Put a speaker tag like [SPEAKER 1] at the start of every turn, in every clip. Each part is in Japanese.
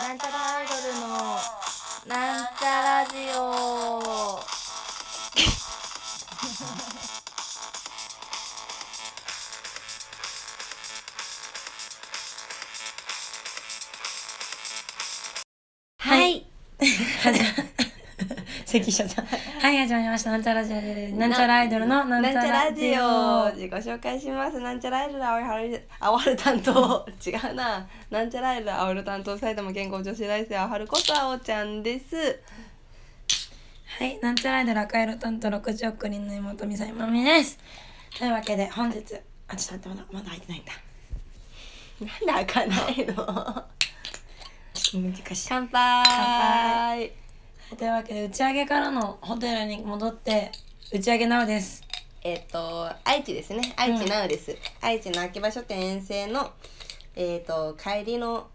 [SPEAKER 1] なんちゃらアイドルのなんちゃラジオ
[SPEAKER 2] はい。関社さん。はい、始まりました。なんちゃらじなんちゃらアイドルの
[SPEAKER 1] な
[SPEAKER 2] な
[SPEAKER 1] んん
[SPEAKER 2] ち
[SPEAKER 1] ちゃ
[SPEAKER 2] ゃ
[SPEAKER 1] ラ
[SPEAKER 2] らジ
[SPEAKER 1] ジオ
[SPEAKER 2] オ。
[SPEAKER 1] 自己紹介しますなんちゃらアイドル青い春青春担当違うななんちゃらアイドル青春担当埼玉健康女子大生青春こそ青ちゃんです
[SPEAKER 2] はい、なんちゃらアイドル赤色担当六十億人の妹美咲まみです。というわけで、本日、あ、ちょっと待って、まだ、まだ入ってないんだ。
[SPEAKER 1] なんで開かないの
[SPEAKER 2] ちょっと難しい。は
[SPEAKER 1] 乾杯
[SPEAKER 2] いというわけで、打ち上げからのホテルに戻って、打ち上げなおです。
[SPEAKER 1] えっ、と愛知ですね愛知なうです、愛知の秋葉書店遠征のえっ、と帰りのは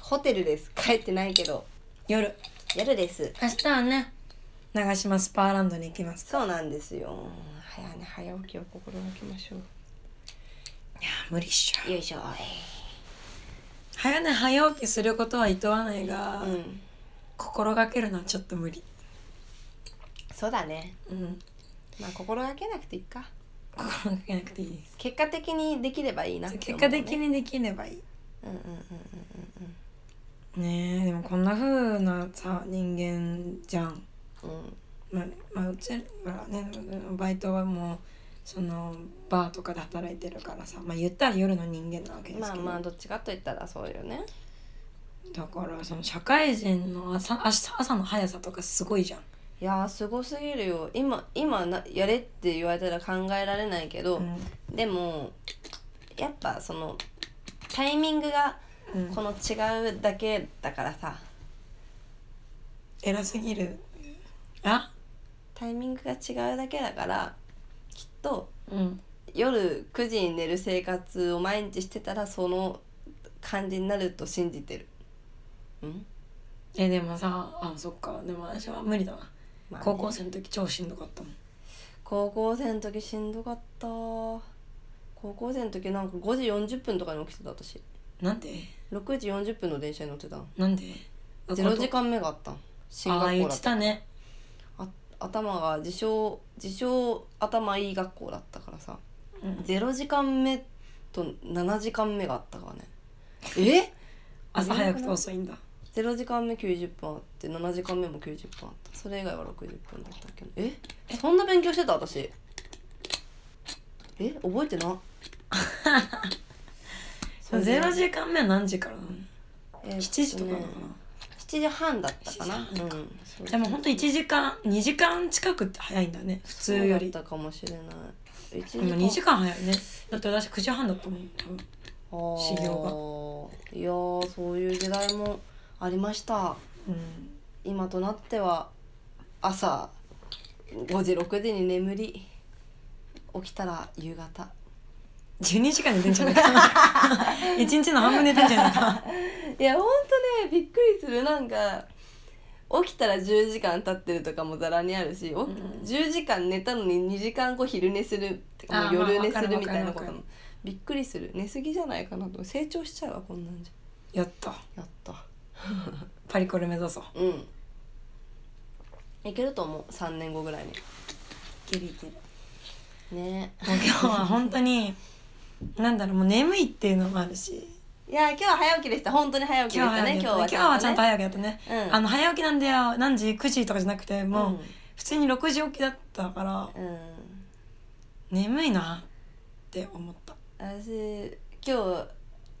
[SPEAKER 1] ホテルです帰ってないけど
[SPEAKER 2] 夜。
[SPEAKER 1] 夜です
[SPEAKER 2] 明日はね、長島スパーランドに行きます。
[SPEAKER 1] そうなんですよ早,、ね、早起きを心がけましょ
[SPEAKER 2] いやー、無理っし
[SPEAKER 1] う
[SPEAKER 2] ょ。
[SPEAKER 1] よいしょ
[SPEAKER 2] 早寝早起きすることは厭わないが、
[SPEAKER 1] うん
[SPEAKER 2] 心がけるのはちょっと無理。
[SPEAKER 1] そうだね
[SPEAKER 2] うん。
[SPEAKER 1] まあ心がけなくていいか
[SPEAKER 2] 心がけなくていいです。
[SPEAKER 1] 結果的にできればいいなって思
[SPEAKER 2] 結
[SPEAKER 1] う
[SPEAKER 2] 果
[SPEAKER 1] ね
[SPEAKER 2] 的にできればいい。
[SPEAKER 1] うんうんうん
[SPEAKER 2] ねえでもこんな風なさ人間じゃん。
[SPEAKER 1] うんうん
[SPEAKER 2] まあ、まあ、うちはねバイトはもうそのバーとかで働いてるからさまあ言ったら夜の人間なわけ
[SPEAKER 1] うん
[SPEAKER 2] で
[SPEAKER 1] ま
[SPEAKER 2] す
[SPEAKER 1] あ
[SPEAKER 2] けど、
[SPEAKER 1] まあどっちかと言ったらそうよね
[SPEAKER 2] だからその社会人の朝朝朝の速さとかすごいじゃん。
[SPEAKER 1] いやーすごすぎるよ今今なやれって言われたら考えられないけど、でもやっぱそのタイミングが
[SPEAKER 2] うん
[SPEAKER 1] この違うだけだからさ
[SPEAKER 2] 偉すぎる。あ
[SPEAKER 1] タイミングが違うだけだからきっと
[SPEAKER 2] うん。
[SPEAKER 1] 夜9時に寝る生活を毎日してたらその感じになると信じてる。うん
[SPEAKER 2] えでもさあそっかでも私は無理だわ、
[SPEAKER 1] まあね
[SPEAKER 2] 高校生の時超しんどかったもん。
[SPEAKER 1] 高校生の時しんどかった高校生の時なんか5時40分とかに起きてた私
[SPEAKER 2] なんで
[SPEAKER 1] 6時40分の電車に乗ってた
[SPEAKER 2] なんで
[SPEAKER 1] 0時間目があったん進
[SPEAKER 2] ああ
[SPEAKER 1] 学
[SPEAKER 2] 言
[SPEAKER 1] 校
[SPEAKER 2] っ
[SPEAKER 1] だ
[SPEAKER 2] て
[SPEAKER 1] った
[SPEAKER 2] たね。
[SPEAKER 1] あ頭が自称自称頭いい学校だったからさ
[SPEAKER 2] うん
[SPEAKER 1] 0時間目と7時間目があったからねえ
[SPEAKER 2] 朝早くて遅いんだ。
[SPEAKER 1] 0時間目90分あって7時間目も90分あったそれ以外は60分だったけどえそんな勉強してた私え覚えて な
[SPEAKER 2] そうゼロ時間目は何時からなの？
[SPEAKER 1] えーっね
[SPEAKER 2] 七時とかなのか
[SPEAKER 1] 7時半だったかな
[SPEAKER 2] 7時半か
[SPEAKER 1] うんそう
[SPEAKER 2] な。でも本当一時間二時間近くって早いんだね普通より。
[SPEAKER 1] そうだったかもしれない1時
[SPEAKER 2] でも二時間早いね。だって私九時半だったもん。多分
[SPEAKER 1] あー
[SPEAKER 2] 修
[SPEAKER 1] いやーそういう時代もありました
[SPEAKER 2] うん。
[SPEAKER 1] 今となっては朝5時6時に眠り起きたら夕方
[SPEAKER 2] 十二時間寝てんじゃないかな。 一日の半分寝てんじゃないか。
[SPEAKER 1] いやほんとねびっくりするなんか起きたら10時間経ってるとかもざらにあるし、お
[SPEAKER 2] ん
[SPEAKER 1] 10時間寝たのに2時間後昼寝するって
[SPEAKER 2] あー
[SPEAKER 1] もう夜寝
[SPEAKER 2] まあ
[SPEAKER 1] するみたいな
[SPEAKER 2] わ
[SPEAKER 1] こと
[SPEAKER 2] かるわかるわか
[SPEAKER 1] もびっくりする寝すぎじゃないかなと成長しちゃうわこんなんじ
[SPEAKER 2] やった。
[SPEAKER 1] ゃやった
[SPEAKER 2] パリコレ目指そう。
[SPEAKER 1] うんいけると思う3年後ぐらい
[SPEAKER 2] いけるいける。
[SPEAKER 1] にね
[SPEAKER 2] もう今日は本当になんだろうもう眠いっていうのもあるし。
[SPEAKER 1] いや今日は早起きでした本当に早起きで
[SPEAKER 2] 今日
[SPEAKER 1] した
[SPEAKER 2] は
[SPEAKER 1] ね今日は
[SPEAKER 2] 今日はちゃんと
[SPEAKER 1] ね
[SPEAKER 2] 早起きだったね。
[SPEAKER 1] うん
[SPEAKER 2] あの早起きなんだよ何時九時とかじゃなくてもう。
[SPEAKER 1] うん
[SPEAKER 2] 普通に6時起きだったから
[SPEAKER 1] うん
[SPEAKER 2] 眠いなって思った
[SPEAKER 1] 私今日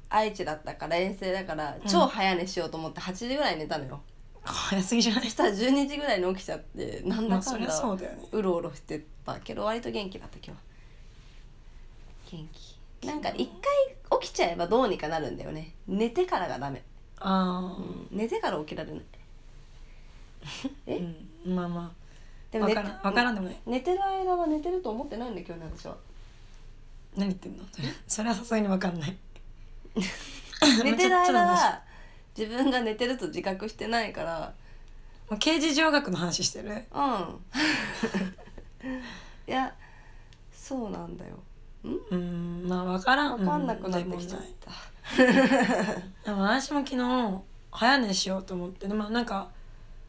[SPEAKER 1] 愛知だったから遠征だから超早寝しようと思って8時ぐらいに寝たのよ、
[SPEAKER 2] 早すぎじゃない
[SPEAKER 1] そしたら12時ぐらいに起きちゃってなん
[SPEAKER 2] ま
[SPEAKER 1] だ
[SPEAKER 2] あ
[SPEAKER 1] か
[SPEAKER 2] そ
[SPEAKER 1] ん
[SPEAKER 2] りゃ
[SPEAKER 1] だ
[SPEAKER 2] そうだよね
[SPEAKER 1] うろうろしてたけど割と元気だった今日は元気なんか一回起きちゃえばどうにかなるんだよね寝てからがダメ、
[SPEAKER 2] ああ
[SPEAKER 1] うん、寝てから起きられない
[SPEAKER 2] うん、
[SPEAKER 1] え
[SPEAKER 2] まあまあ
[SPEAKER 1] でも
[SPEAKER 2] わ
[SPEAKER 1] 寝
[SPEAKER 2] からんわからんでもない
[SPEAKER 1] 寝てる間は寝てると思ってないんだ今日の 私は
[SPEAKER 2] 何言ってんのそれそれはさすがにわかんない
[SPEAKER 1] 寝てる
[SPEAKER 2] まあちょっと
[SPEAKER 1] 間
[SPEAKER 2] 話
[SPEAKER 1] は自分が寝てると自覚してないから
[SPEAKER 2] もう刑事上学の話してる
[SPEAKER 1] うん いやそうなんだよ
[SPEAKER 2] うんまあわからん
[SPEAKER 1] 分かんなくなってき
[SPEAKER 2] うんで
[SPEAKER 1] ちゃっ
[SPEAKER 2] もない
[SPEAKER 1] た、
[SPEAKER 2] でも私も昨日早寝しようと思ってでまあなんか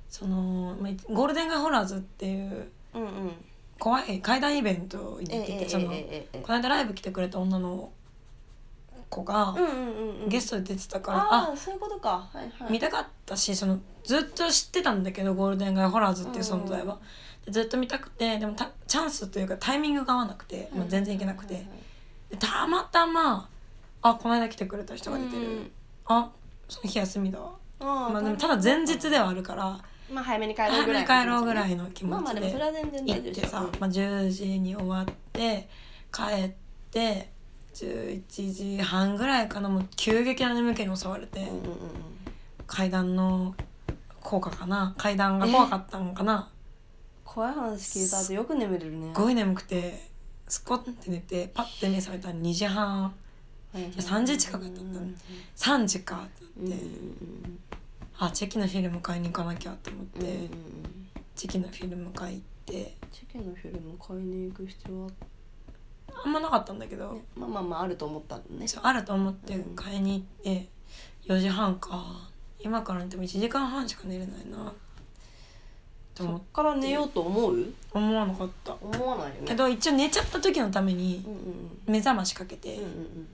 [SPEAKER 2] その、まあ、ゴールデンガンホラーズっていう
[SPEAKER 1] うんうん
[SPEAKER 2] 怖い怪談イベントに
[SPEAKER 1] ええ
[SPEAKER 2] 行って
[SPEAKER 1] え
[SPEAKER 2] て、その、
[SPEAKER 1] ええええ
[SPEAKER 2] この間ライブ来てくれた女の子が
[SPEAKER 1] うんうんうんうん
[SPEAKER 2] ゲストで出てたから、
[SPEAKER 1] あ
[SPEAKER 2] あ
[SPEAKER 1] あそういうことかはいはい
[SPEAKER 2] 見たかったしそのずっと知ってたんだけどゴールデンガイホラーズっていう存在
[SPEAKER 1] うんうん
[SPEAKER 2] は、でずっと見たくてでもたチャンスというかタイミングが合わなくて、まあ、全然行けなくて、
[SPEAKER 1] はいはいはい
[SPEAKER 2] でたまたまあこの間来てくれた人が出てる、
[SPEAKER 1] うん
[SPEAKER 2] あその日休みだわ、
[SPEAKER 1] ああ
[SPEAKER 2] まあ、でもただ前日ではあるから
[SPEAKER 1] まあ早めに帰ろ
[SPEAKER 2] 早
[SPEAKER 1] うぐ
[SPEAKER 2] め
[SPEAKER 1] らい
[SPEAKER 2] に帰ろうぐらいの気持
[SPEAKER 1] まあまあ
[SPEAKER 2] ち
[SPEAKER 1] でもそれ
[SPEAKER 2] で
[SPEAKER 1] は全然
[SPEAKER 2] 行っ
[SPEAKER 1] 大丈夫
[SPEAKER 2] てさ、まあ、10時に終わって帰って11時半ぐらいかなもう急激な眠気に襲われて、
[SPEAKER 1] うんうんうんうん
[SPEAKER 2] 階段の効果かな階段が怖かったのかな
[SPEAKER 1] 怖い話聞いた後よく眠れるね
[SPEAKER 2] すごい眠くてスコンって寝てパッて目覚めたら2時半
[SPEAKER 1] はいはい
[SPEAKER 2] や3時近くだったんだね3時かって
[SPEAKER 1] うんうん
[SPEAKER 2] な
[SPEAKER 1] う
[SPEAKER 2] って、
[SPEAKER 1] ん
[SPEAKER 2] あチェキのフィルム買いに行かなきゃと思って、
[SPEAKER 1] うんうんうん
[SPEAKER 2] チェキのフィルム買いって
[SPEAKER 1] チェケのフィルム買いに行く必要は
[SPEAKER 2] あんまなかったんだけ
[SPEAKER 1] あっ
[SPEAKER 2] ど、
[SPEAKER 1] ねまあまあまああると思ったのね
[SPEAKER 2] そうあると思って買いに行って4時半か今から寝ても1時間半しか寝れないな
[SPEAKER 1] そ
[SPEAKER 2] と
[SPEAKER 1] っ
[SPEAKER 2] 思
[SPEAKER 1] から寝ようと思う
[SPEAKER 2] 思わなかった
[SPEAKER 1] 思わないよね
[SPEAKER 2] けど一応寝ちゃった時のために
[SPEAKER 1] うんうん
[SPEAKER 2] 目覚ましかけて、
[SPEAKER 1] うんうんうんうん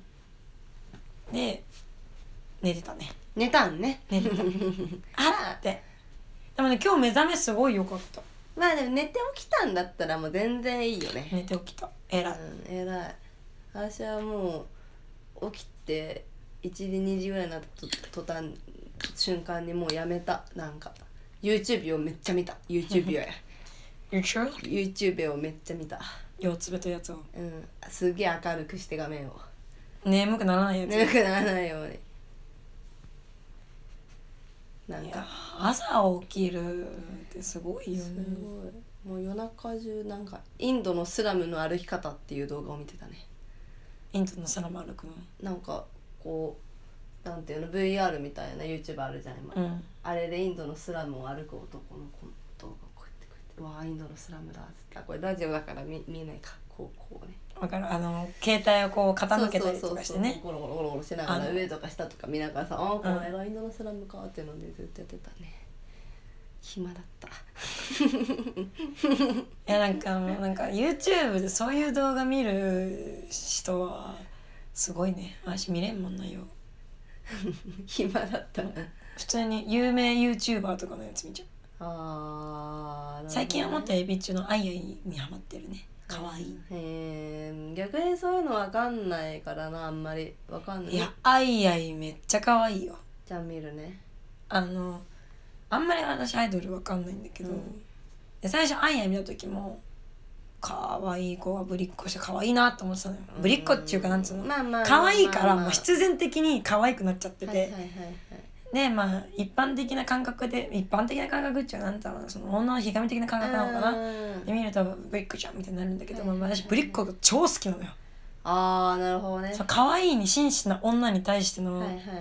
[SPEAKER 2] で寝てたね
[SPEAKER 1] 寝たんね
[SPEAKER 2] 寝てた あってでもね今日目覚めすごい良かった
[SPEAKER 1] まあでも寝て起きたんだったらもう全然いいよね
[SPEAKER 2] 寝て起きたえらい
[SPEAKER 1] うん偉い私はもう起きて1時2時ぐらいになったと途端瞬間にもうやめたなんか YouTube をめっちゃ見た YouTube を
[SPEAKER 2] You sure?
[SPEAKER 1] YouTube をめっちゃ見た
[SPEAKER 2] 四つべとやつを
[SPEAKER 1] うんすげえ明るくして画面を
[SPEAKER 2] 眠くならないやつ
[SPEAKER 1] 眠くならないようになん
[SPEAKER 2] いや
[SPEAKER 1] か
[SPEAKER 2] 朝起きるってすごいよ
[SPEAKER 1] す
[SPEAKER 2] ね
[SPEAKER 1] ごいもう夜中中なんかインドのスラムの歩き方っていう動画を見てたね
[SPEAKER 2] インドの空も歩くの
[SPEAKER 1] なんかこうなんていうの VR みたいな YouTube あるじゃん今、
[SPEAKER 2] うん
[SPEAKER 1] あれでインドのスラムを歩く男の子の動画こうやってこうやって「わあインドのスラムだ」っつってあこれラジオだから見見えないかこうこうね
[SPEAKER 2] わかるあの携帯をこう傾けたりとかしてね
[SPEAKER 1] そうそうそうゴロゴロゴロゴロしなが
[SPEAKER 2] あ
[SPEAKER 1] ら
[SPEAKER 2] の
[SPEAKER 1] 上とか下とか見ながらさ「ああこれがインドのスラムか」っていうのでずっとやってたね暇だった
[SPEAKER 2] いやなんかもうなんか YouTube でそういう動画見る人はすごいね私見れんもんなよ
[SPEAKER 1] 暇だった
[SPEAKER 2] 普通に有名 YouTuber とかのやつ見ちゃう
[SPEAKER 1] あー
[SPEAKER 2] 最近はもっと
[SPEAKER 1] へ
[SPEAKER 2] エビ中のアイアイにハマってるね可愛い
[SPEAKER 1] え逆にそういうのわかんないからなあんまりわかんない
[SPEAKER 2] いやアイアイめっちゃ可愛いよ
[SPEAKER 1] じゃあ見るね
[SPEAKER 2] あのあんまり私アイドルわかんないんだけど、
[SPEAKER 1] うん
[SPEAKER 2] で最初アイアイ見た時も可愛い子はぶりっ子して可愛いなと思ってたのよぶりっ子っていうかなんつうの、
[SPEAKER 1] まあまあまあまあ
[SPEAKER 2] 可愛いからもう
[SPEAKER 1] っ
[SPEAKER 2] 必然的に可愛くなっちゃってて、
[SPEAKER 1] はいはいはいはい
[SPEAKER 2] でまあ一般的な感覚で一般的な感覚っちゃなんだろうなその女のひがみ的な感覚なのかな、で見るとぶりっ子ちゃんみたいになるんだけど、
[SPEAKER 1] はいはい
[SPEAKER 2] まあ、私ぶりっ子が超好きなのよ、
[SPEAKER 1] ああなるほどね
[SPEAKER 2] その可愛いに真摯な女に対しての、
[SPEAKER 1] はいはいはいは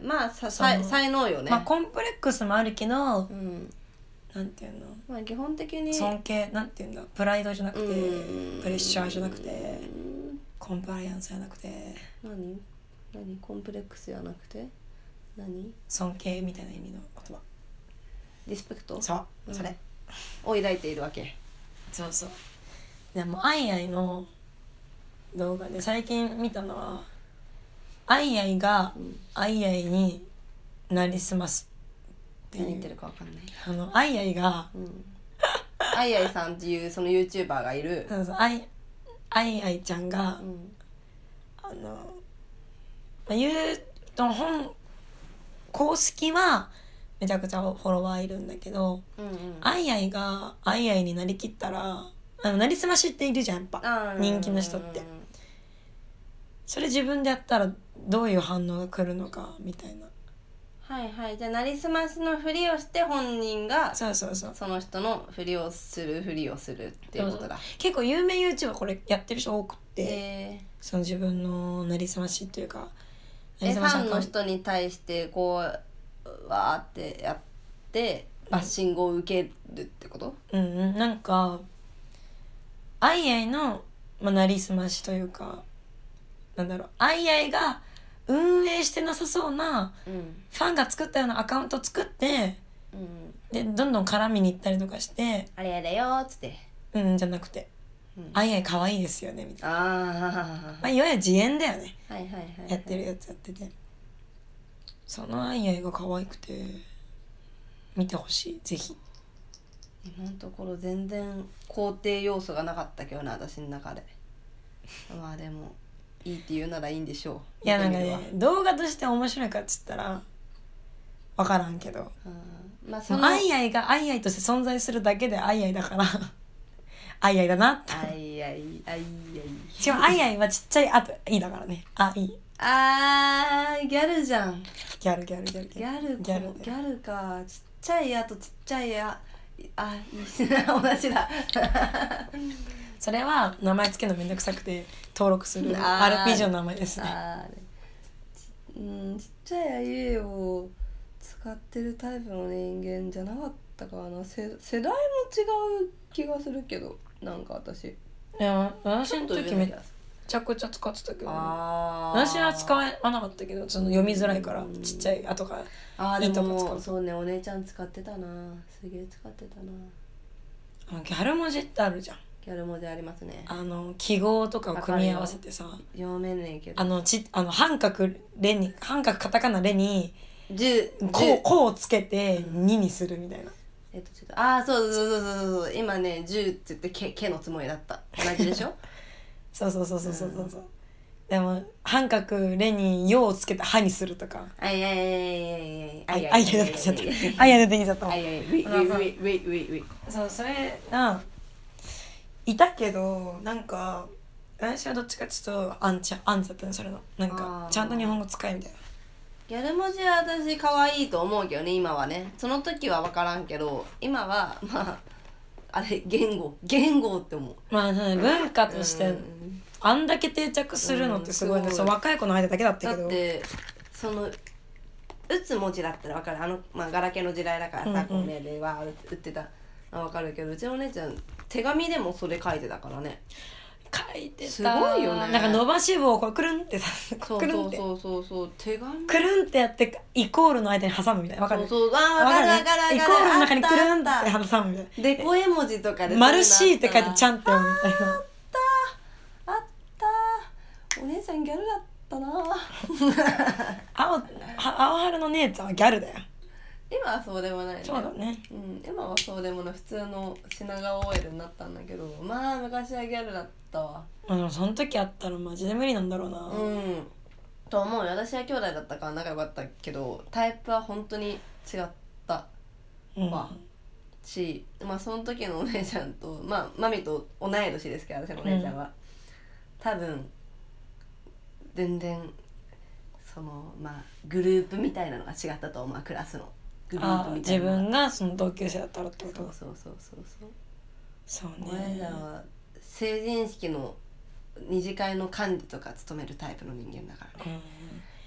[SPEAKER 1] いまあさ
[SPEAKER 2] その
[SPEAKER 1] 才才能よね、
[SPEAKER 2] まあコンプレックスもあるけど、
[SPEAKER 1] うん
[SPEAKER 2] なんていうの
[SPEAKER 1] まあ基本的に
[SPEAKER 2] 尊敬なんていうんだプライドじゃなくて
[SPEAKER 1] うん
[SPEAKER 2] プレッシャーじゃなくて
[SPEAKER 1] うん
[SPEAKER 2] コンプライアンスじゃなくて
[SPEAKER 1] 何何コンプレックスじゃなくて何
[SPEAKER 2] 尊敬みたいな意味の言
[SPEAKER 1] リスペクト
[SPEAKER 2] 葉そううそれ
[SPEAKER 1] を抱いているわけ
[SPEAKER 2] そうそうでもアイアイの動画で最近見たのはアイアイが
[SPEAKER 1] うん
[SPEAKER 2] アイアイになりすますって
[SPEAKER 1] 何
[SPEAKER 2] い
[SPEAKER 1] 言って
[SPEAKER 2] う
[SPEAKER 1] るかわかんない
[SPEAKER 2] あのアイアイが
[SPEAKER 1] うんあいあいさんっていうその YouTuber がいる
[SPEAKER 2] そうそうアイアイアイちゃんが
[SPEAKER 1] うん
[SPEAKER 2] あの、まあ、言うと本公式はめちゃくちゃフォロワーいるんだけど、
[SPEAKER 1] うんうん
[SPEAKER 2] アイアイがアイアイになりきったらあのなりすましっているじゃんやっぱ
[SPEAKER 1] あー
[SPEAKER 2] 人気の人ってそれ自分でやったらどういう反応が来るのかみたいな
[SPEAKER 1] はいはいじゃあなりすましのふりをして本人が
[SPEAKER 2] そうそうそう
[SPEAKER 1] その人のふりをするふりをするっていうことだ
[SPEAKER 2] 結構有名 YouTuber これやってる人多くて、
[SPEAKER 1] え
[SPEAKER 2] その自分のなりすましっていうか
[SPEAKER 1] ー、えフ
[SPEAKER 2] まし
[SPEAKER 1] ァンの
[SPEAKER 2] 感
[SPEAKER 1] 人に対してこうわーってやってバッシングを受けるってこと、
[SPEAKER 2] うんうんなんかアイアイの、まあ、なりすましというかなんだろうアイアイが運営対してなさそうな
[SPEAKER 1] うん
[SPEAKER 2] ファンが作ったようなアカウント作って
[SPEAKER 1] うん
[SPEAKER 2] でどんどん絡みに行ったりとかして
[SPEAKER 1] あれやだよーっつって、
[SPEAKER 2] 「うん」じゃなくて
[SPEAKER 1] うん
[SPEAKER 2] 「あいあい可愛いですよね」みたいな、
[SPEAKER 1] あ
[SPEAKER 2] まあ、いわゆる自演だよね
[SPEAKER 1] あはいはいはいはい
[SPEAKER 2] やってるやつやっててそのあいあいが可愛くて見てほしいぜひ
[SPEAKER 1] 今のところ全然肯定要素がなかったけどな私の中でまあでもいいって言うならいいんでしょう
[SPEAKER 2] いやなん
[SPEAKER 1] 見
[SPEAKER 2] か
[SPEAKER 1] てみるわ
[SPEAKER 2] ね動画として面白いかっつったら分からんけど
[SPEAKER 1] うんまあ
[SPEAKER 2] そ
[SPEAKER 1] そ
[SPEAKER 2] の
[SPEAKER 1] の
[SPEAKER 2] アイアイがアイアイとして存在するだけでアイアイだから アイアイだなって
[SPEAKER 1] あいあいあいあい
[SPEAKER 2] しかもアイアイはちっちゃいあといいだからねあいい
[SPEAKER 1] あーギャルじゃん
[SPEAKER 2] ギャルギャルギャル
[SPEAKER 1] ギャル
[SPEAKER 2] ギャル
[SPEAKER 1] ギャルかちっちゃいやとちっちゃいやあいい同じだ
[SPEAKER 2] それは名前つけるのめんどくさくて登録する
[SPEAKER 1] あー
[SPEAKER 2] RPG の名前ですね
[SPEAKER 1] あーちうんちっちゃいあいうえおを使ってるタイプの人間じゃなかったからなせ世代も違う気がするけどなんか私
[SPEAKER 2] いや私の時めっ
[SPEAKER 1] ちょっと上な気がする
[SPEAKER 2] ちゃくちゃ使ってたけどね
[SPEAKER 1] あー
[SPEAKER 2] 私は使わなかったけどその読みづらいから
[SPEAKER 1] うん
[SPEAKER 2] ちっちゃいあとか
[SPEAKER 1] あー
[SPEAKER 2] いい
[SPEAKER 1] で
[SPEAKER 2] とこ
[SPEAKER 1] も
[SPEAKER 2] 使う
[SPEAKER 1] そうねお姉ちゃん使ってたなすげえ使ってたな
[SPEAKER 2] あギャル文字ってあるじゃん
[SPEAKER 1] ギャル文字ありますね
[SPEAKER 2] あの記号とかを組み合わせてさ
[SPEAKER 1] 読めねえけ
[SPEAKER 2] あ
[SPEAKER 1] ど
[SPEAKER 2] のちあの半角レに半角カタカナレに
[SPEAKER 1] 十
[SPEAKER 2] こう
[SPEAKER 1] 十
[SPEAKER 2] こうつけて2にするみたいな
[SPEAKER 1] えっとちょっとああそうそうそうそうそう今ね十って言ってけけのつもりだった同じでしょ
[SPEAKER 2] そうそうそうそうそうそうそうでも半角レに「よ」をつけて「は」にするとか
[SPEAKER 1] あいやいやいやいやいや
[SPEAKER 2] 「あい
[SPEAKER 1] あ
[SPEAKER 2] あ
[SPEAKER 1] い
[SPEAKER 2] い」出
[SPEAKER 1] やいやいやいや
[SPEAKER 2] てきちゃった
[SPEAKER 1] いやい
[SPEAKER 2] 「あいや」出てきちゃった
[SPEAKER 1] やいやいや
[SPEAKER 2] あ
[SPEAKER 1] ウ
[SPEAKER 2] のさ
[SPEAKER 1] ィウィウィウィウィウィ
[SPEAKER 2] そうそれがいたけどなんか私はどっちかちょっとアンチアンチだったねそれのなんか
[SPEAKER 1] あー
[SPEAKER 2] ちゃんと日本語使えみたいな
[SPEAKER 1] ギャル文字は私可愛いと思うけどね今はねその時は分からんけど今はまああれ言語言語って思う
[SPEAKER 2] まあね文化とし
[SPEAKER 1] う
[SPEAKER 2] て
[SPEAKER 1] ん
[SPEAKER 2] あんだけ定着するのってすごいね、
[SPEAKER 1] うんす
[SPEAKER 2] そ
[SPEAKER 1] ごいう
[SPEAKER 2] 若い子の間だけだった
[SPEAKER 1] だ
[SPEAKER 2] けど
[SPEAKER 1] ってその打つ文字だったら分かるあの、まあ、ガラケーの時代だからさ、
[SPEAKER 2] うんうん
[SPEAKER 1] こう命令は打ってたのは分かるけどうちのお姉ちゃん手紙でもそれ書いてたからね
[SPEAKER 2] 書いてた
[SPEAKER 1] すごいよね
[SPEAKER 2] なんか伸ばし棒をこうくるんってさ
[SPEAKER 1] そう
[SPEAKER 2] くるん
[SPEAKER 1] そ
[SPEAKER 2] っ
[SPEAKER 1] う
[SPEAKER 2] て
[SPEAKER 1] そうそうそう手紙
[SPEAKER 2] くるんってやってイコールの間に挟むみたいなわかる
[SPEAKER 1] そうそうあー
[SPEAKER 2] わ
[SPEAKER 1] 分かる分
[SPEAKER 2] ね
[SPEAKER 1] かる分かる
[SPEAKER 2] イコールの中にくるん
[SPEAKER 1] あったあっ
[SPEAKER 2] って挟むみたい
[SPEAKER 1] たでこ絵文字とかで
[SPEAKER 2] な丸 C って書いてちゃ
[SPEAKER 1] ん
[SPEAKER 2] んって読むみたいな
[SPEAKER 1] あったお姉ちゃんギャルだったな
[SPEAKER 2] 青は青春の姉ちゃんはギャルだよ
[SPEAKER 1] 今はそうでもないね
[SPEAKER 2] そうだね
[SPEAKER 1] うん、今はそうでもない普通の品川 OL になったんだけどまあ昔はギャルだったわ
[SPEAKER 2] まあでもその時あったらマジで無理なんだろうな、
[SPEAKER 1] うんと思うよ私は兄弟だったから仲良かったけどタイプは本当に違った
[SPEAKER 2] うん
[SPEAKER 1] わし、まあその時のお姉ちゃんとまあマミと同い年ですけど私のお姉ちゃんは、多分全然そのまあグループみたいなのが違ったと思うクラスのグルー
[SPEAKER 2] あ
[SPEAKER 1] プみた
[SPEAKER 2] 自
[SPEAKER 1] いなのが
[SPEAKER 2] 分がその同級生だったらってこ
[SPEAKER 1] そう
[SPEAKER 2] と
[SPEAKER 1] そうそうそうそう
[SPEAKER 2] そう
[SPEAKER 1] お前
[SPEAKER 2] ね
[SPEAKER 1] らは成人式の二次会の管理とか務めるタイプの人間だからね
[SPEAKER 2] うん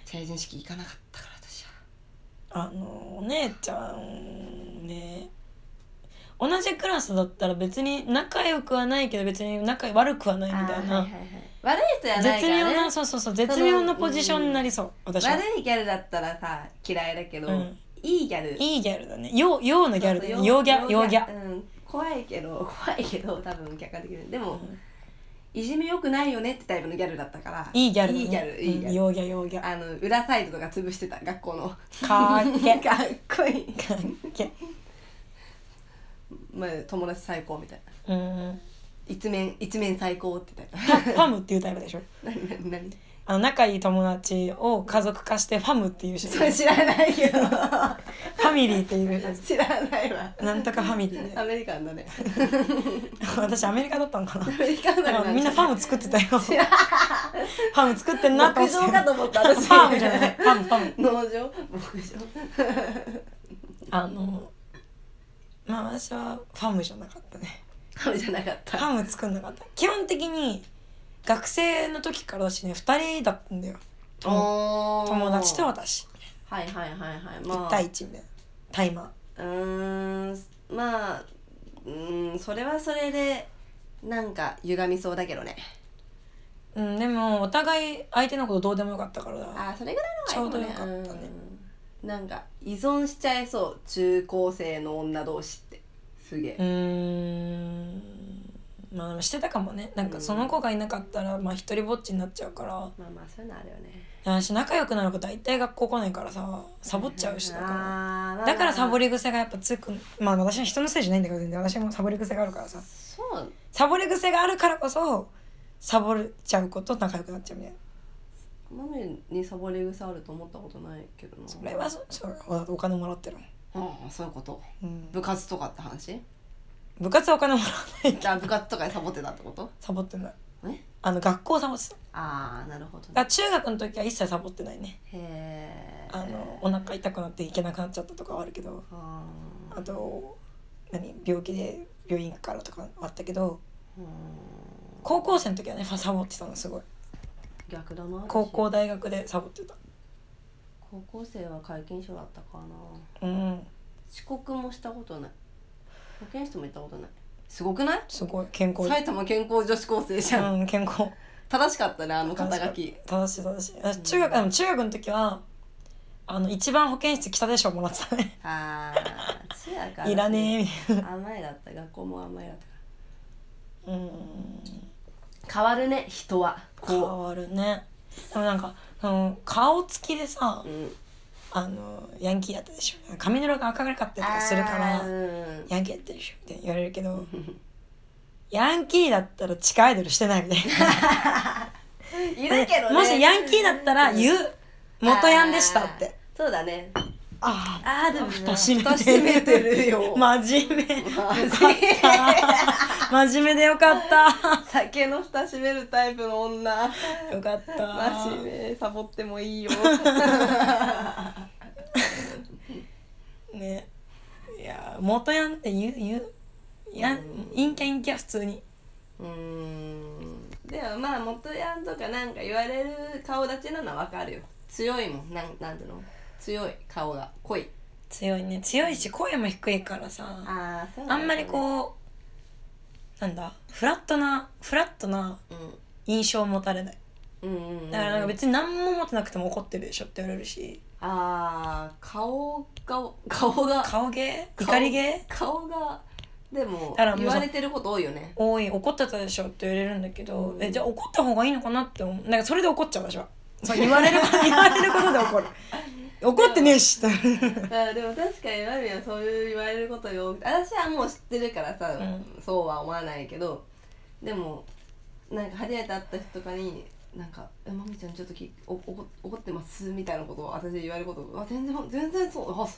[SPEAKER 1] 成人式行かなかったから私は
[SPEAKER 2] あのお姉ちゃんね同じクラスだったら別に仲良くはないけど別に仲悪くはないみたいな、
[SPEAKER 1] あーはいはいはい、悪い人じゃない
[SPEAKER 2] 絶
[SPEAKER 1] か
[SPEAKER 2] 妙
[SPEAKER 1] ら
[SPEAKER 2] な
[SPEAKER 1] ね
[SPEAKER 2] そうそうそう絶妙なポジションになりそう、私は
[SPEAKER 1] 悪いギャルだったらさ嫌いだけど、
[SPEAKER 2] うん
[SPEAKER 1] いいギャル
[SPEAKER 2] いいギャルだねようようのギャルだ
[SPEAKER 1] そうそ
[SPEAKER 2] ね
[SPEAKER 1] う
[SPEAKER 2] ようギャようギャ
[SPEAKER 1] うん、怖いけど怖いけど多分客観的にでも、いじめよくないよねってタイプのギャルだったから
[SPEAKER 2] いいギャルだね
[SPEAKER 1] いいギャルいいギャ
[SPEAKER 2] うん
[SPEAKER 1] ル、
[SPEAKER 2] ようギャようギャ
[SPEAKER 1] あの裏サイドとか潰してた学校の
[SPEAKER 2] かっけ
[SPEAKER 1] かっこいい
[SPEAKER 2] かっけ
[SPEAKER 1] まあ、友達最高みたいな
[SPEAKER 2] うん
[SPEAKER 1] 一面一面最高って言った
[SPEAKER 2] ファファムっていうタイプでしょ
[SPEAKER 1] 何何何
[SPEAKER 2] あの仲いい友達を家族化してファムっていう人
[SPEAKER 1] それ知らないけ ど
[SPEAKER 2] ファミリーっていう人
[SPEAKER 1] 知らないわ
[SPEAKER 2] なんとかファミリー
[SPEAKER 1] ア
[SPEAKER 2] で
[SPEAKER 1] メリカンだね
[SPEAKER 2] 私アメリカだったのかな
[SPEAKER 1] アメリカン
[SPEAKER 2] だ
[SPEAKER 1] だ
[SPEAKER 2] か
[SPEAKER 1] ね
[SPEAKER 2] らみんなファム作ってたよファム作ってんなと思
[SPEAKER 1] 牧
[SPEAKER 2] って
[SPEAKER 1] 場かと思 った
[SPEAKER 2] フ
[SPEAKER 1] 私
[SPEAKER 2] ァームじゃないファムファ ム
[SPEAKER 1] 農場牧場
[SPEAKER 2] あのまあ私はファムじゃなかったね
[SPEAKER 1] ハ ムじゃなかっ
[SPEAKER 2] ファ
[SPEAKER 1] た
[SPEAKER 2] ム作んなかった基本的に学生の時から私ね2人だったんだよ友
[SPEAKER 1] おー
[SPEAKER 2] 友達と私
[SPEAKER 1] はいはいはいはいまあ
[SPEAKER 2] 1対1みたいなタイマ
[SPEAKER 1] うーんまあうーんそれはそれでなんか歪みそうだけどね
[SPEAKER 2] ーうん、でもお互い相手のことどうでもよかったからだ
[SPEAKER 1] あーそれぐらいの方がいいかもね
[SPEAKER 2] ちょうどよかったね
[SPEAKER 1] うんなんか依存しちゃいそう中高生の女同士ってすげえ
[SPEAKER 2] うーんまあでもしてたかもねなんかその子がいなかったらまあ一人ぼっちになっちゃうから
[SPEAKER 1] まあまあそういうのあるよね
[SPEAKER 2] 私仲良くなる子大体学校来ないからさサボっちゃうしだから。
[SPEAKER 1] ら
[SPEAKER 2] だからサボ
[SPEAKER 1] り
[SPEAKER 2] り癖がやっぱつくまあ私は人のせいじゃないんだけど全然私もサボり癖があるからさ
[SPEAKER 1] そう
[SPEAKER 2] サボり癖があるからこそサボれちゃうこと仲良くなっちゃうみたいな
[SPEAKER 1] マミにサボり癖あると思ったことないけどな
[SPEAKER 2] それはそそうおお金もらってるもん、
[SPEAKER 1] ああそういうこと
[SPEAKER 2] うん
[SPEAKER 1] 部活とかって話
[SPEAKER 2] 部活はお金もらわない
[SPEAKER 1] じゃあ部活とかでサボってたってこと
[SPEAKER 2] サボってない
[SPEAKER 1] え
[SPEAKER 2] あの学校サボってただ
[SPEAKER 1] ああなるほど
[SPEAKER 2] から
[SPEAKER 1] ね
[SPEAKER 2] 中学の時は一切サボってないね
[SPEAKER 1] へえ
[SPEAKER 2] あのお腹痛くなって行けなくなっちゃったとかはあるけど
[SPEAKER 1] あ
[SPEAKER 2] あと何病気で病院行くからとかあったけど
[SPEAKER 1] ーうん
[SPEAKER 2] 高校生の時はねファサボってたのすごい
[SPEAKER 1] 逆だな私
[SPEAKER 2] 高校大学でサボってた
[SPEAKER 1] 高校生は皆勤賞だったかな
[SPEAKER 2] うん
[SPEAKER 1] 遅刻もしたことない保健室も行ったことないすごくない
[SPEAKER 2] すごい健康
[SPEAKER 1] 埼玉健康女子高生じゃん、
[SPEAKER 2] うん健康
[SPEAKER 1] 正しかったねあの肩書き
[SPEAKER 2] 正しい正しいあ中学でも中学の時はあの一番保健室北でしょもらってたね
[SPEAKER 1] ああつやか
[SPEAKER 2] いらねえみたい
[SPEAKER 1] 甘いだった学校も甘いだったか
[SPEAKER 2] なうん
[SPEAKER 1] ら変わるね人は
[SPEAKER 2] 変
[SPEAKER 1] こ
[SPEAKER 2] わるねでもなんかその顔つきでさ
[SPEAKER 1] う、うん、
[SPEAKER 2] あのヤンキーだったでしょ髪の色が赤かったりとかするから
[SPEAKER 1] あーうん
[SPEAKER 2] ヤンキーやってるでしょみたいに言われるけどヤンキーだったら地下アイドルしてないみたいな
[SPEAKER 1] いるけどね
[SPEAKER 2] もしヤンキーだったら言う元ヤンでしたって
[SPEAKER 1] あーそうだね
[SPEAKER 2] ああ
[SPEAKER 1] あーでも
[SPEAKER 2] 蓋閉めて
[SPEAKER 1] 閉
[SPEAKER 2] る
[SPEAKER 1] めてるよ、
[SPEAKER 2] 真面目
[SPEAKER 1] マジ
[SPEAKER 2] 真面目でよかった
[SPEAKER 1] 酒の蓋閉めるタイプの女
[SPEAKER 2] よかった
[SPEAKER 1] マジでサボっても いいよ
[SPEAKER 2] ねいや元ヤンって言う言うやん陰キャ陰キャ普通に
[SPEAKER 1] うーんでもまあ元ヤンとかなんか言われる顔立ちなのはわかるよ強いもんなんなんていうの強い顔が濃い
[SPEAKER 2] 強いね強いし声も低いからさ
[SPEAKER 1] ああそう
[SPEAKER 2] あんまりこうなんだフラットなフラットな
[SPEAKER 1] う、
[SPEAKER 2] 印象を持たれない
[SPEAKER 1] うん、うんうんうん
[SPEAKER 2] だからなんか別に何も持ってなくても怒ってるでしょって言われるし
[SPEAKER 1] ああ顔が顔が
[SPEAKER 2] 顔芸
[SPEAKER 1] 顔
[SPEAKER 2] 怒り芸
[SPEAKER 1] 顔がでも
[SPEAKER 2] だからもう
[SPEAKER 1] 言われてること多いよ ね
[SPEAKER 2] 多い怒ってたでしょって言われるんだけど、
[SPEAKER 1] うん
[SPEAKER 2] えじゃあ怒った方がいいのかなって思うなんかそれで怒っちゃう私はそう言われること 言われることで怒る怒ってねえし
[SPEAKER 1] あーでも確かにマミはそういう言われることが多くて私はもう知ってるからさ、
[SPEAKER 2] う
[SPEAKER 1] そうは思わないけどでもなんか初めて会った人とかに「なんかえマミちゃんちょっときおおこ怒ってます」みたいなことを私言われることあ全然全然そうあそ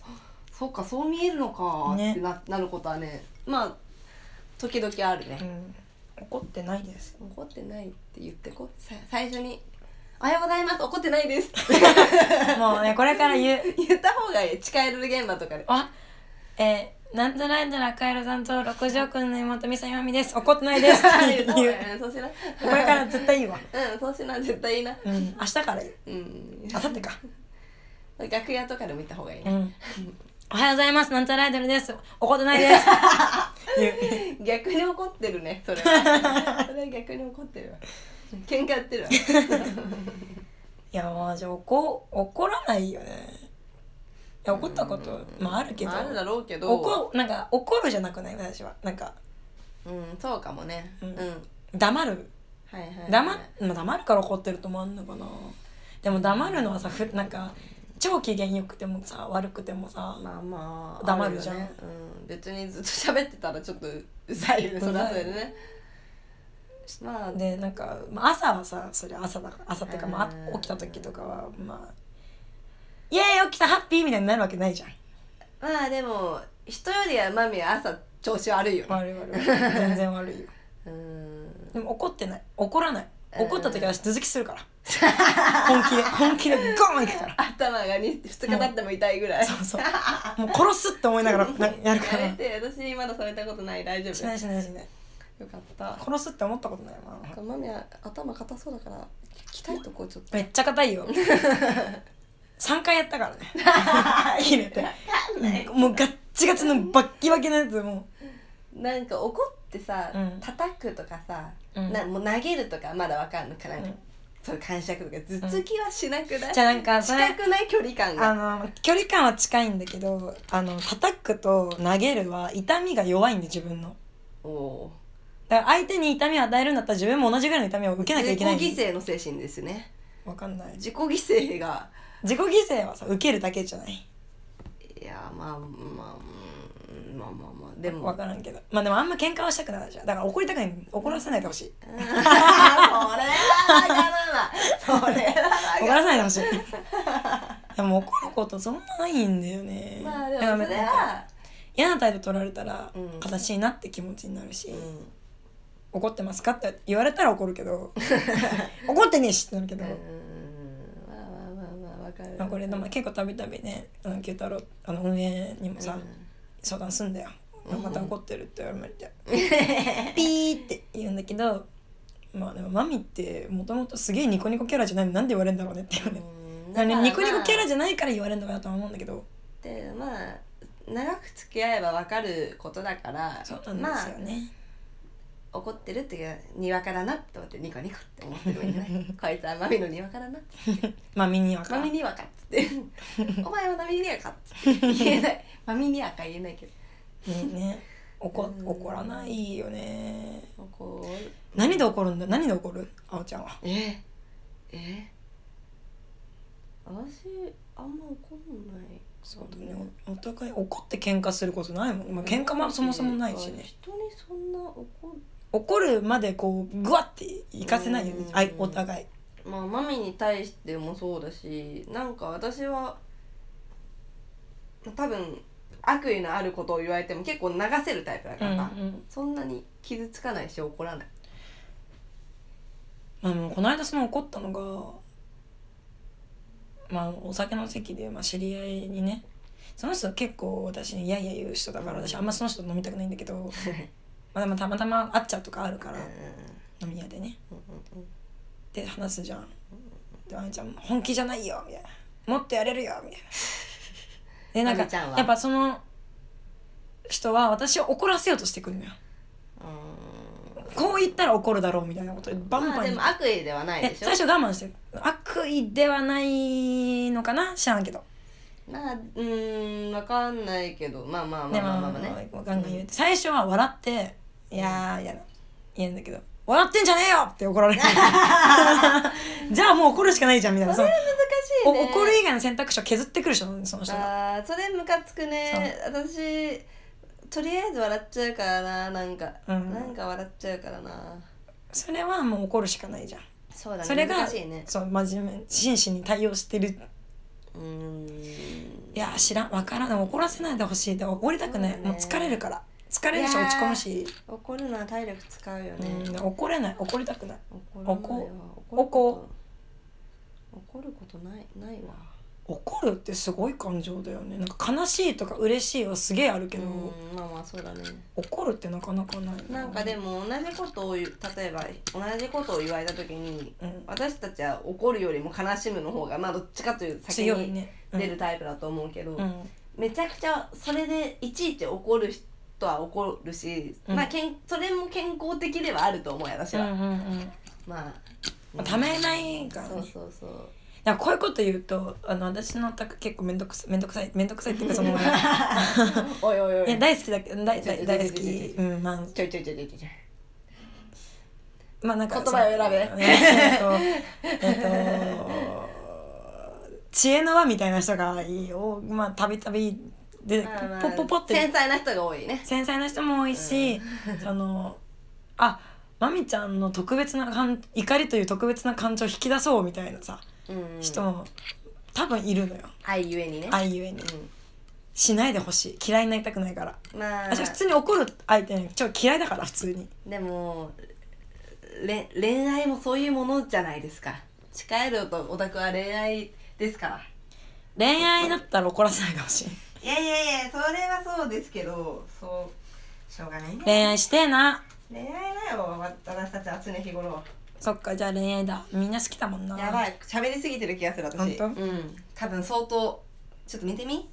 [SPEAKER 1] そっかそう見えるのか
[SPEAKER 2] ね
[SPEAKER 1] ってな,、なることはねまあ時々あるね。
[SPEAKER 2] うん怒ってないです
[SPEAKER 1] 怒ってないって言ってこさ最初に「おはようございます怒ってないです」 って
[SPEAKER 2] もうねこれから言 う
[SPEAKER 1] 言った方がいい近寄る現場とかで
[SPEAKER 2] あえー、なんとなんとなカエルさんと六条くんの妹みさゆまみです怒ってないですって
[SPEAKER 1] そう
[SPEAKER 2] 言う
[SPEAKER 1] だよねそうしな
[SPEAKER 2] これから絶対いいわ
[SPEAKER 1] うんそうしな絶対いいな
[SPEAKER 2] うん明日から言う
[SPEAKER 1] うん
[SPEAKER 2] 明後日か
[SPEAKER 1] 楽屋とかでも行った方がいい、
[SPEAKER 2] う
[SPEAKER 1] ね
[SPEAKER 2] んおはようございますなんとなアイドルです怒ってないです言う
[SPEAKER 1] 逆に怒ってるねそれ はそれは逆に怒ってるわ喧嘩やってるわ
[SPEAKER 2] いやまあじゃあ怒怒らないよねいや怒ったことまああるけど
[SPEAKER 1] まああるだろうけど
[SPEAKER 2] 怒なんか怒るじゃなくない私はなんか
[SPEAKER 1] うんそうかもねう、
[SPEAKER 2] うんん黙る
[SPEAKER 1] はいはい、はい、
[SPEAKER 2] 黙,、まあ、黙るから怒ってるともあんのかなでも黙るのはさふなんか超機嫌よくてもさ悪くてもさ、
[SPEAKER 1] まあまあ
[SPEAKER 2] 黙
[SPEAKER 1] あ
[SPEAKER 2] る
[SPEAKER 1] よね
[SPEAKER 2] じゃん
[SPEAKER 1] うん、別にずっと喋ってたらちょっとうざいよねそれはそれでねまあ
[SPEAKER 2] でなんか、まあ、朝はさそれ朝だから朝っていうか、まあ
[SPEAKER 1] う、ん
[SPEAKER 2] 起きた時とかはまあ「イエーイ起きたハッピー!」みたいになるわけないじゃん
[SPEAKER 1] まあでも人よりはマミは朝調子悪いよね、
[SPEAKER 2] 悪い悪い全然悪いよ
[SPEAKER 1] うん
[SPEAKER 2] でも怒ってない怒らない
[SPEAKER 1] うん
[SPEAKER 2] 怒った時は私続きするから本気で本気でゴーンいくから
[SPEAKER 1] 頭が2日経っても痛いぐらい、
[SPEAKER 2] そうそうもう殺すって思いながらなやるか
[SPEAKER 1] や
[SPEAKER 2] ら
[SPEAKER 1] めて私まだされたことない大丈
[SPEAKER 2] し
[SPEAKER 1] 夫
[SPEAKER 2] な
[SPEAKER 1] よ
[SPEAKER 2] いしないしない
[SPEAKER 1] かった
[SPEAKER 2] 殺すって思ったことないもん
[SPEAKER 1] なんかマミは頭硬そうだから鍛えとこうちょっと
[SPEAKER 2] めっちゃ硬いよ3回やったからね切れてもうガッチガチのバッキバキのやつも
[SPEAKER 1] なんか怒ってさ、
[SPEAKER 2] うん
[SPEAKER 1] 叩くとかさ
[SPEAKER 2] ううん
[SPEAKER 1] なもう投げるとかまだわかんのかなんか、
[SPEAKER 2] うん
[SPEAKER 1] そういう感触とか頭突きはしなくない、
[SPEAKER 2] じゃあなんかそれ
[SPEAKER 1] 近くない距離感が
[SPEAKER 2] あの距離感は近いんだけどあの叩くと投げるは痛みが弱いんで自分の
[SPEAKER 1] おお
[SPEAKER 2] だから相手に痛みを与えるんだったら自分も同じぐらいの痛みを受けなきゃいけない
[SPEAKER 1] 自己犠牲の精神ですね
[SPEAKER 2] わかんない
[SPEAKER 1] 自己犠牲が
[SPEAKER 2] 自己犠牲はさ受けるだけじゃない
[SPEAKER 1] いやまあまあうんまあまあまあでも
[SPEAKER 2] わからんけどまあでもあんま喧嘩はしたくないじゃんだから怒りたくない怒らせないでほしい
[SPEAKER 1] うんそれはわからないそれはわからな
[SPEAKER 2] 怒らせないでほしいでも怒ることそんなないんだよね
[SPEAKER 1] いまあで
[SPEAKER 2] だから
[SPEAKER 1] もそれは
[SPEAKER 2] 嫌な態度取られたら
[SPEAKER 1] うん
[SPEAKER 2] 悲しいなって気持ちになるし、
[SPEAKER 1] うん
[SPEAKER 2] 怒ってますかって言われたら怒る けど怒ってねえしってなるけど、
[SPEAKER 1] うんまあまあまあまあわかる
[SPEAKER 2] まあ、これでも結構たびたびねあの九太郎あの運営にもさ、相談すんだよ
[SPEAKER 1] うん
[SPEAKER 2] また怒ってるって言われて ピーって言うんだけどまあでもマミってもともとすげえニコニコキャラじゃないのになんで言われるんだろうねって言われて
[SPEAKER 1] うん
[SPEAKER 2] だからね
[SPEAKER 1] まあ
[SPEAKER 2] ニコニコキャラじゃないから言われるのかなとは思うんだけど
[SPEAKER 1] でまあ長く付き合えばわかることだから
[SPEAKER 2] そうなんですよ
[SPEAKER 1] ま
[SPEAKER 2] ね、
[SPEAKER 1] あ、怒ってるっていうかにわかだなって思ってニコニコって思ってるんじゃない こいつはマミのにわかだなって
[SPEAKER 2] まあ、ミニはか
[SPEAKER 1] マミにわかっつ って「お前はマミにわか」っつって言えないマミにわか言えないけど
[SPEAKER 2] ねね怒
[SPEAKER 1] うん
[SPEAKER 2] 怒らないよね
[SPEAKER 1] こう
[SPEAKER 2] 何で怒るんだ何で怒るあおちゃんは
[SPEAKER 1] ええ私あんま怒んない
[SPEAKER 2] そうだねおお互い怒って喧嘩することないもん、まあ、喧嘩もそもそもないしね
[SPEAKER 1] 人にそんな怒
[SPEAKER 2] 怒るまでこうグワっていかせないよねあいお互い
[SPEAKER 1] るまあマミに対してもそうだしなんか私は多分悪意のあることを言われても結構流せるタイプだから、
[SPEAKER 2] うん
[SPEAKER 1] そんなに傷つかないし怒らない
[SPEAKER 2] まあ、もうこの間その怒ったのが、まあ、お酒の席で、まあ、知り合いにねその人結構私に「いやいや」言う人だから私あんまその人と飲みたくないんだけどまあでもたまたま会っちゃうとかあるから飲み屋でねで話すじゃんであみちゃん「本気じゃないよ」みたいな「もっとやれるよ」 みたいなでなん
[SPEAKER 1] あみち
[SPEAKER 2] か
[SPEAKER 1] ゃんは
[SPEAKER 2] やっぱその人は私を怒らせようとしてくるのよこう言ったら怒るだろうみたいなことでバン
[SPEAKER 1] ま
[SPEAKER 2] バ
[SPEAKER 1] あで
[SPEAKER 2] ン言って
[SPEAKER 1] も悪意ではない
[SPEAKER 2] え
[SPEAKER 1] でしょ
[SPEAKER 2] 最初我慢してる悪意ではないのかな知らんけど
[SPEAKER 1] まあうーんわかんないけどまあまあまあまあまあまあね
[SPEAKER 2] ガンガン言って最初は笑って「いやー」みたいな言うんだけど「笑ってんじゃねえよ!」って怒 られるじゃあもう怒るしかないじゃんみたいなその
[SPEAKER 1] 難しい
[SPEAKER 2] お
[SPEAKER 1] ね
[SPEAKER 2] 怒る以外の選択肢を削ってくるでしょその人が
[SPEAKER 1] あーそれムカつくね私とりあえず笑っちゃうからななんか、
[SPEAKER 2] うん
[SPEAKER 1] なんか笑っちゃうからな
[SPEAKER 2] それはもう怒るしかないじゃん
[SPEAKER 1] そうだね
[SPEAKER 2] それが
[SPEAKER 1] 難しいね
[SPEAKER 2] そう真面目真摯に対応してる
[SPEAKER 1] うーん
[SPEAKER 2] いやー知らんわからんでも怒らせないでほしいで怒りたくない、
[SPEAKER 1] そうだね
[SPEAKER 2] もう疲れるから疲れるし
[SPEAKER 1] いやー
[SPEAKER 2] 落ち込むし、
[SPEAKER 1] 怒るのは体力使うよ
[SPEAKER 2] う
[SPEAKER 1] ね、
[SPEAKER 2] ん、怒れない怒りたくない
[SPEAKER 1] 怒らないわ
[SPEAKER 2] おこ
[SPEAKER 1] 怒ること怒ることないないわ
[SPEAKER 2] 怒るってすごい感情だよねなんか悲しいとか嬉しいはすげえあるけ
[SPEAKER 1] う
[SPEAKER 2] ど、
[SPEAKER 1] んまあまあそうだね
[SPEAKER 2] 怒るってなかなかない
[SPEAKER 1] なんかでも同じことを言う例えば同じことを言われた時に
[SPEAKER 2] うん、
[SPEAKER 1] 私たちは怒るよりも悲しむの方がまあどっちかというと先
[SPEAKER 2] 強い
[SPEAKER 1] に
[SPEAKER 2] ね
[SPEAKER 1] 出るタイプだと思うけど、
[SPEAKER 2] うん、うん
[SPEAKER 1] めちゃくちゃそれでいちいち怒る人は怒るし、
[SPEAKER 2] うん
[SPEAKER 1] まあけんそれも健康的ではあると思うよ私
[SPEAKER 2] うんう
[SPEAKER 1] は、
[SPEAKER 2] ん
[SPEAKER 1] ま
[SPEAKER 2] う
[SPEAKER 1] あ
[SPEAKER 2] んためないからね
[SPEAKER 1] そうそうそう
[SPEAKER 2] なんかこういうこと言うとあの私のお宅結構めんどくさめんどくさいめんどくさいっていう かそのいや
[SPEAKER 1] おいおいおい
[SPEAKER 2] 大好きだけど大大大好
[SPEAKER 1] ちょちょちょ
[SPEAKER 2] き
[SPEAKER 1] ち
[SPEAKER 2] うんまあ
[SPEAKER 1] ちょいちょいちょいちょいちょい
[SPEAKER 2] まあなんか
[SPEAKER 1] 言葉を選べ
[SPEAKER 2] べえっと、えっと、知恵の輪みたいな人がいいよまあたびたびで
[SPEAKER 1] まあまあ
[SPEAKER 2] ポッポッポって
[SPEAKER 1] 繊細な人が多いね
[SPEAKER 2] 繊細な人も多いし、そのあまみちゃんの特別な感怒りという特別な感情を引き出そうみたいなさ、
[SPEAKER 1] うん
[SPEAKER 2] 人も多分いるのよ
[SPEAKER 1] 愛ゆえにね
[SPEAKER 2] 愛ゆえにしないでほしい嫌いになりたくないから
[SPEAKER 1] うん、まあ
[SPEAKER 2] 私普通に怒る相手にちょっと嫌いだから普通に
[SPEAKER 1] でもれ恋愛もそういうものじゃないですか近いるとオタクは恋愛ですから
[SPEAKER 2] 恋愛だったら怒らせないでほしい
[SPEAKER 1] いやいやいやそれはそうですけどそうしょうがないね
[SPEAKER 2] 恋愛してえな
[SPEAKER 1] 恋愛だよわ私たちは常日頃
[SPEAKER 2] そっかじゃあ恋愛だみんな好きだもんな
[SPEAKER 1] やばい喋りすぎてる気がする私
[SPEAKER 2] 本
[SPEAKER 1] うん多分相当ちょっと見てみ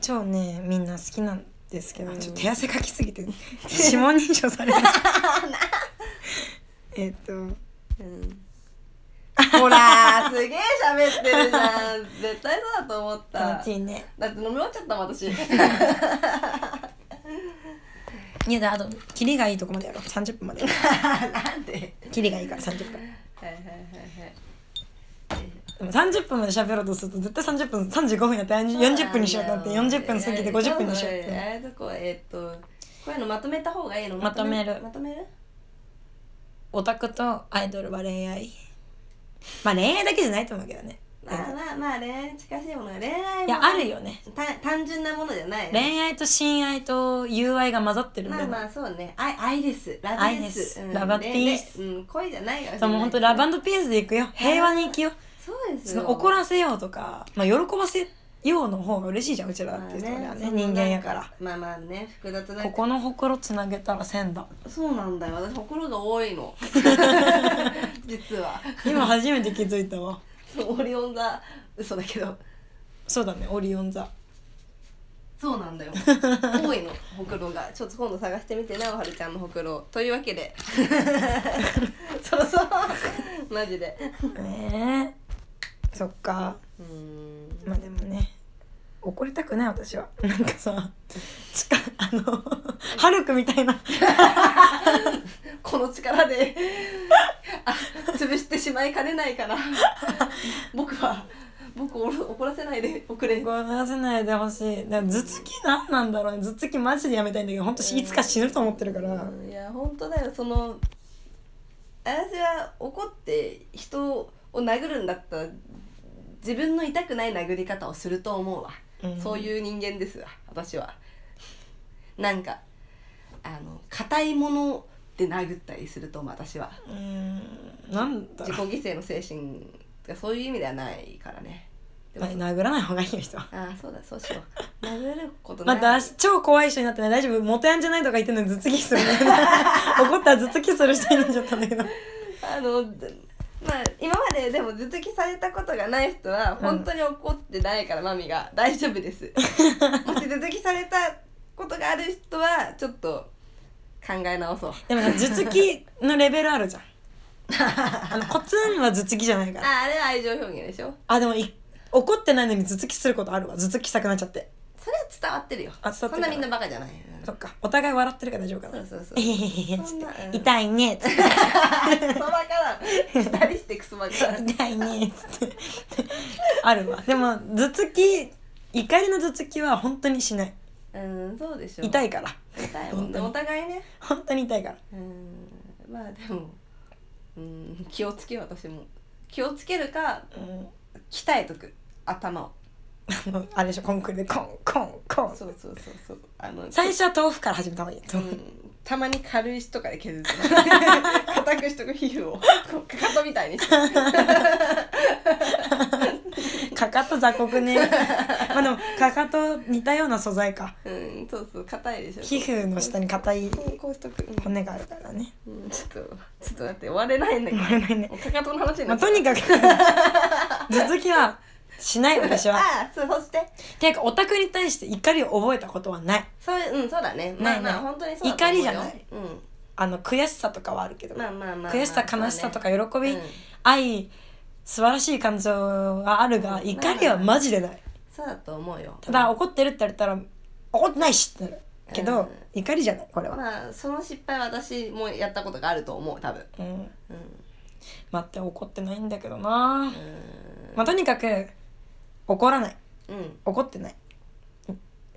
[SPEAKER 2] 超ねみんな好きなんですけど、
[SPEAKER 1] うん
[SPEAKER 2] ちょっと手汗かきすぎて指紋認証されたえっと
[SPEAKER 1] うんほらーすげえ喋ってるじゃ ん絶対そうだと思っただっ
[SPEAKER 2] 楽していね
[SPEAKER 1] 飲み終わっちゃったもん 私
[SPEAKER 2] いやだあとキリがいいとこまでやろう30分 まで
[SPEAKER 1] なんで
[SPEAKER 2] キリがいいから30分
[SPEAKER 1] はいはいはい
[SPEAKER 2] でも30分まで喋ろうとすると絶対30分35分やったら
[SPEAKER 1] はい
[SPEAKER 2] 40分にしようとなって40分過ぎて50分にしようっ
[SPEAKER 1] あ
[SPEAKER 2] て
[SPEAKER 1] あいうとこえーっとこういうのまとめた方がいいの
[SPEAKER 2] まとめる
[SPEAKER 1] まとめる
[SPEAKER 2] オタクとアイドルは恋愛まあ恋愛だけじゃないと思うけどね
[SPEAKER 1] まあまあまあ恋愛に近しいものが恋愛も
[SPEAKER 2] いやあるよね
[SPEAKER 1] た単純なものじゃない
[SPEAKER 2] 恋愛と親愛と友愛が混ざってるみ
[SPEAKER 1] ま
[SPEAKER 2] た
[SPEAKER 1] あ
[SPEAKER 2] いな、
[SPEAKER 1] まあそうね愛愛ですラブです
[SPEAKER 2] 愛です
[SPEAKER 1] うん
[SPEAKER 2] ラバピース
[SPEAKER 1] ででうん恋じゃないから
[SPEAKER 2] そうもう本当ラブピースでいくよ平和に生きよう
[SPEAKER 1] そうです
[SPEAKER 2] そ
[SPEAKER 1] よ
[SPEAKER 2] の怒らせようとか、まあ、喜ばせようの方が嬉しいじゃんうちらだってそれはね人間やから
[SPEAKER 1] まあまあね複雑な
[SPEAKER 2] ここのほくろつなげたら線だ
[SPEAKER 1] そうなんだよ私心が多い の実は
[SPEAKER 2] 今初めて気づいたわ
[SPEAKER 1] そうオリオン座嘘だけど
[SPEAKER 2] そうだねオリオン座
[SPEAKER 1] そうなんだよ多いのほくろがちょっと今度探してみてなおはるちゃんのほくろというわけ でそうそうマジで
[SPEAKER 2] ねえそっか
[SPEAKER 1] うーん
[SPEAKER 2] まあでもね怒りたくない私はなんかさ近あのハルクみたいな
[SPEAKER 1] この力であ潰してしまいかねないから僕は僕を怒らせないでおくれ
[SPEAKER 2] 怒らせないでほしいだから頭突き何なんだろうね頭突きマジでやめたいんだけど本当いつか死ぬと思ってるから
[SPEAKER 1] うんいや本当だよその私は怒って人を殴るんだったら自分の痛くない殴り方をすると思うわ、
[SPEAKER 2] うん
[SPEAKER 1] そういう人間ですわ私はなんかあの硬いもので殴ったりすると思う私は
[SPEAKER 2] うんなんだ
[SPEAKER 1] 自己
[SPEAKER 2] ろう
[SPEAKER 1] 犠牲の精神がそういう意味ではないからねで
[SPEAKER 2] ま
[SPEAKER 1] も
[SPEAKER 2] あ殴らない方がいいよ人は
[SPEAKER 1] ああそうだそうしよう殴ること
[SPEAKER 2] ま
[SPEAKER 1] ない、
[SPEAKER 2] た私超怖い人になってない大丈夫元ヤンじゃないとか言ってんのに頭突きするんだよね 怒ったら頭突きする人になっちゃったんだけど
[SPEAKER 1] あのでまあ今まででも頭突きされたことがない人は本当に怒ってないから、マミが大丈夫です もし頭突きされたことがある人はちょっと考え直そう
[SPEAKER 2] でもね頭突きのレベルあるじゃ んあのコツンは頭突きじゃないから
[SPEAKER 1] ああれは愛情表現でしょ
[SPEAKER 2] あでもい怒ってないのに頭突きすることあるわ頭突きしたくなっちゃって
[SPEAKER 1] それは伝わってるよ
[SPEAKER 2] あ伝わってる
[SPEAKER 1] そんなみんなバカじゃない、うん
[SPEAKER 2] そっかお互い笑ってるから大丈夫かな
[SPEAKER 1] そうそうそう
[SPEAKER 2] えへへへっつ
[SPEAKER 1] そ
[SPEAKER 2] っ
[SPEAKER 1] ん
[SPEAKER 2] て
[SPEAKER 1] なうん
[SPEAKER 2] 痛いねっつっ
[SPEAKER 1] クソバカだ二人してクソバカだ
[SPEAKER 2] て痛いねっつってあるわでも頭突き怒りの頭突きは本当にしない
[SPEAKER 1] うんそうでしょ
[SPEAKER 2] 痛
[SPEAKER 1] い
[SPEAKER 2] いから
[SPEAKER 1] 痛いもんねお互いね
[SPEAKER 2] 本当に痛いから
[SPEAKER 1] うんまあでもうん気をつけよう私も気をつけるか
[SPEAKER 2] うん
[SPEAKER 1] 鍛えとく頭を
[SPEAKER 2] あのあれでしょコンクールでコンコンコン
[SPEAKER 1] そうそうそうそうあの
[SPEAKER 2] 最初は豆腐から始めた方がいい、
[SPEAKER 1] うんたまに軽石とかで削って 硬くしとく皮膚をこうかかとみたいにして
[SPEAKER 2] かかと雑 穀ねまあでもかかと似たような素材か
[SPEAKER 1] うんそうそう硬いでしょ
[SPEAKER 2] 皮膚の下に硬い
[SPEAKER 1] こうこうしとく、うん
[SPEAKER 2] 骨があるからね
[SPEAKER 1] うんちょっとちょっと待って終われないんだけど
[SPEAKER 2] 割れないね
[SPEAKER 1] もうかかとの話にな
[SPEAKER 2] まあ
[SPEAKER 1] っちゃ
[SPEAKER 2] と
[SPEAKER 1] う
[SPEAKER 2] にかく頭突きはしない私は
[SPEAKER 1] ああそうそして
[SPEAKER 2] ていうかオタクに対して怒りを覚えたことはない
[SPEAKER 1] そういううんそうだねまあまあ
[SPEAKER 2] ないない
[SPEAKER 1] 本当にそうだと思うよ
[SPEAKER 2] 怒りじゃない
[SPEAKER 1] うん
[SPEAKER 2] あの悔しさとかはあるけど、
[SPEAKER 1] まあまあまあまあ
[SPEAKER 2] 悔しさ悲しさとか喜
[SPEAKER 1] そう
[SPEAKER 2] び、
[SPEAKER 1] ねうん
[SPEAKER 2] 愛素晴らしい感情はあるが
[SPEAKER 1] うん
[SPEAKER 2] 怒りはマジでない
[SPEAKER 1] そうだと思うよ
[SPEAKER 2] ただ怒ってるって言われたら怒ってないしってなるけど、
[SPEAKER 1] うん
[SPEAKER 2] 怒りじゃないこれは、
[SPEAKER 1] まあその失敗は私もやったことがあると思う多分
[SPEAKER 2] うん、
[SPEAKER 1] うん
[SPEAKER 2] 待って怒ってないんだけどな、
[SPEAKER 1] う
[SPEAKER 2] まあ、とにかく怒らない
[SPEAKER 1] んうん
[SPEAKER 2] 怒ってない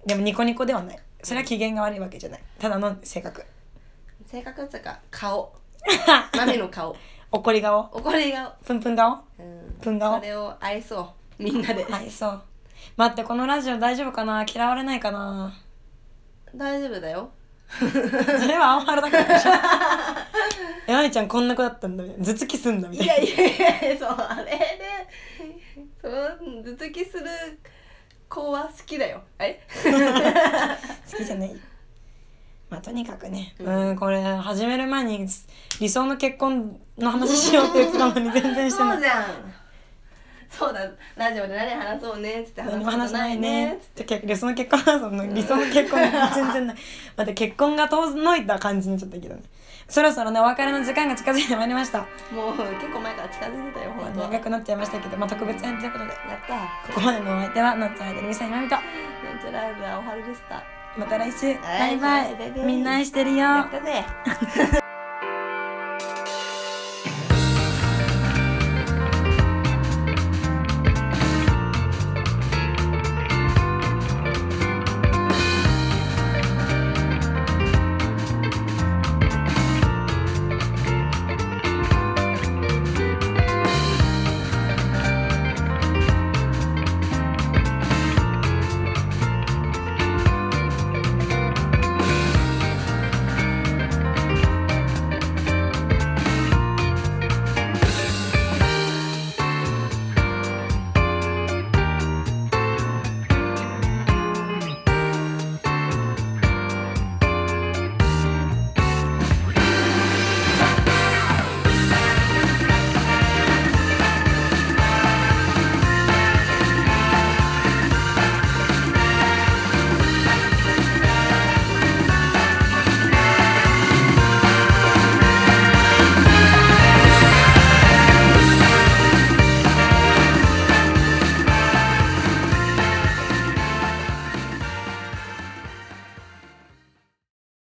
[SPEAKER 2] でもニコニコではないそれは機嫌が悪いわけじゃないただの性格
[SPEAKER 1] 性格っていうか 顔豆の顔
[SPEAKER 2] 怒り顔
[SPEAKER 1] 怒り顔
[SPEAKER 2] プンプン顔
[SPEAKER 1] うん
[SPEAKER 2] プン顔
[SPEAKER 1] それを愛そうみんなで
[SPEAKER 2] はいそう待ってこのラジオ大丈夫かな嫌われないかな
[SPEAKER 1] 大丈夫だよ
[SPEAKER 2] それは青春だからでしょ えまみちゃんこんな子だったんだみたいな頭突きすんだみた
[SPEAKER 1] いや
[SPEAKER 2] いな
[SPEAKER 1] いやいやそうあれでその頭突きする子は好きだよ え
[SPEAKER 2] 好きじゃないまあとにかくねう
[SPEAKER 1] うん
[SPEAKER 2] んこれ始める前に理想の結婚の話しようって言ってたのに全然して
[SPEAKER 1] そ
[SPEAKER 2] な
[SPEAKER 1] う
[SPEAKER 2] い
[SPEAKER 1] じゃんそうだラジオで何話そうねっつって
[SPEAKER 2] 何
[SPEAKER 1] 話
[SPEAKER 2] も
[SPEAKER 1] すこと
[SPEAKER 2] 話さ
[SPEAKER 1] な
[SPEAKER 2] ない
[SPEAKER 1] い
[SPEAKER 2] ね
[SPEAKER 1] ね
[SPEAKER 2] って結でその結婚はその理想の結婚が全然ないまた結婚が遠のいた感じになっちゃったけどねそろそろねお別れの時間が近づいてまいりました
[SPEAKER 1] もう結構前から近づいてたよ
[SPEAKER 2] まあ
[SPEAKER 1] 本当は
[SPEAKER 2] 長くなっちゃいましたけど、まあ、特別編ということで
[SPEAKER 1] やった
[SPEAKER 2] ここまでのお相手はなっちゃんあいで2歳まみと
[SPEAKER 1] なんちゃらライブはおはるでした
[SPEAKER 2] また来週
[SPEAKER 1] い
[SPEAKER 2] バイバイ
[SPEAKER 1] バイバイ
[SPEAKER 2] みんな愛してるよ
[SPEAKER 1] やったね